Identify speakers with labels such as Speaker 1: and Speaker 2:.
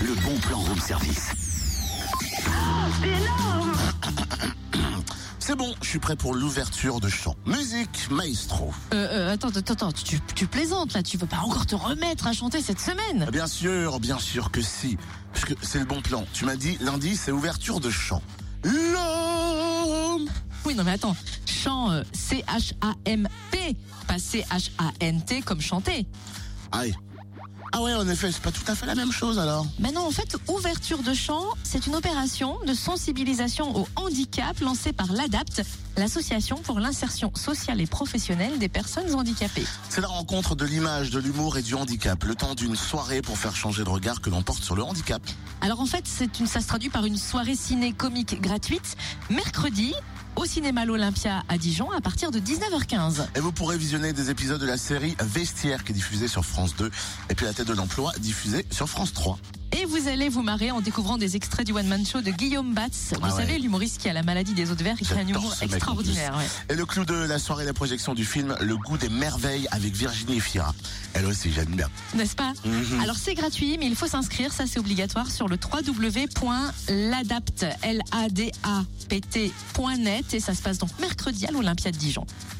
Speaker 1: le bon plan room service. C'est bon, je suis prêt pour l'ouverture de chant. Musique, maestro.
Speaker 2: Euh, euh, attends, attends, attends, tu, tu plaisantes là, tu veux pas encore te remettre à chanter cette semaine
Speaker 1: Ah, Bien sûr, bien sûr que si. Parce que c'est le bon plan. Tu m'as dit, lundi, c'est ouverture de chant. L'homme
Speaker 2: Oui, non mais attends, chant euh, C-H-A-M-P, pas C-H-A-N-T comme chanter.
Speaker 1: Aïe. Ah ouais, en effet, c'est pas tout à fait la même chose alors.
Speaker 2: Mais non, en fait, ouverture de chant, c'est une opération de sensibilisation au handicap lancée par l'ADAPT, l'association pour l'insertion sociale et professionnelle des personnes handicapées.
Speaker 1: C'est la rencontre de l'image, de l'humour et du handicap, le temps d'une soirée pour faire changer le regard que l'on porte sur le handicap.
Speaker 2: Alors en fait, c'est une, ça se traduit par une soirée ciné comique gratuite, mercredi, au cinéma L'Olympia à Dijon à partir de 19h15.
Speaker 1: Et vous pourrez visionner des épisodes de la série Vestiaire qui est diffusée sur France 2 et puis La tête de l'emploi diffusée sur France 3.
Speaker 2: Et vous allez vous marrer en découvrant des extraits du One Man Show de Guillaume Batz. Vous
Speaker 1: Ah ouais.
Speaker 2: savez, l'humoriste qui a la maladie des autres verts et qui a un
Speaker 1: J'adore
Speaker 2: humour
Speaker 1: ce mec, en
Speaker 2: extraordinaire. ouais.
Speaker 1: Et le clou de la soirée, la projection du film Le goût des merveilles avec Virginie Fira. Elle aussi, j'aime bien.
Speaker 2: N'est-ce pas
Speaker 1: Mhm.
Speaker 2: Alors c'est gratuit, mais il faut s'inscrire, ça c'est obligatoire, sur le www.ladapt.net et ça se passe donc mercredi à l'Olympia de Dijon.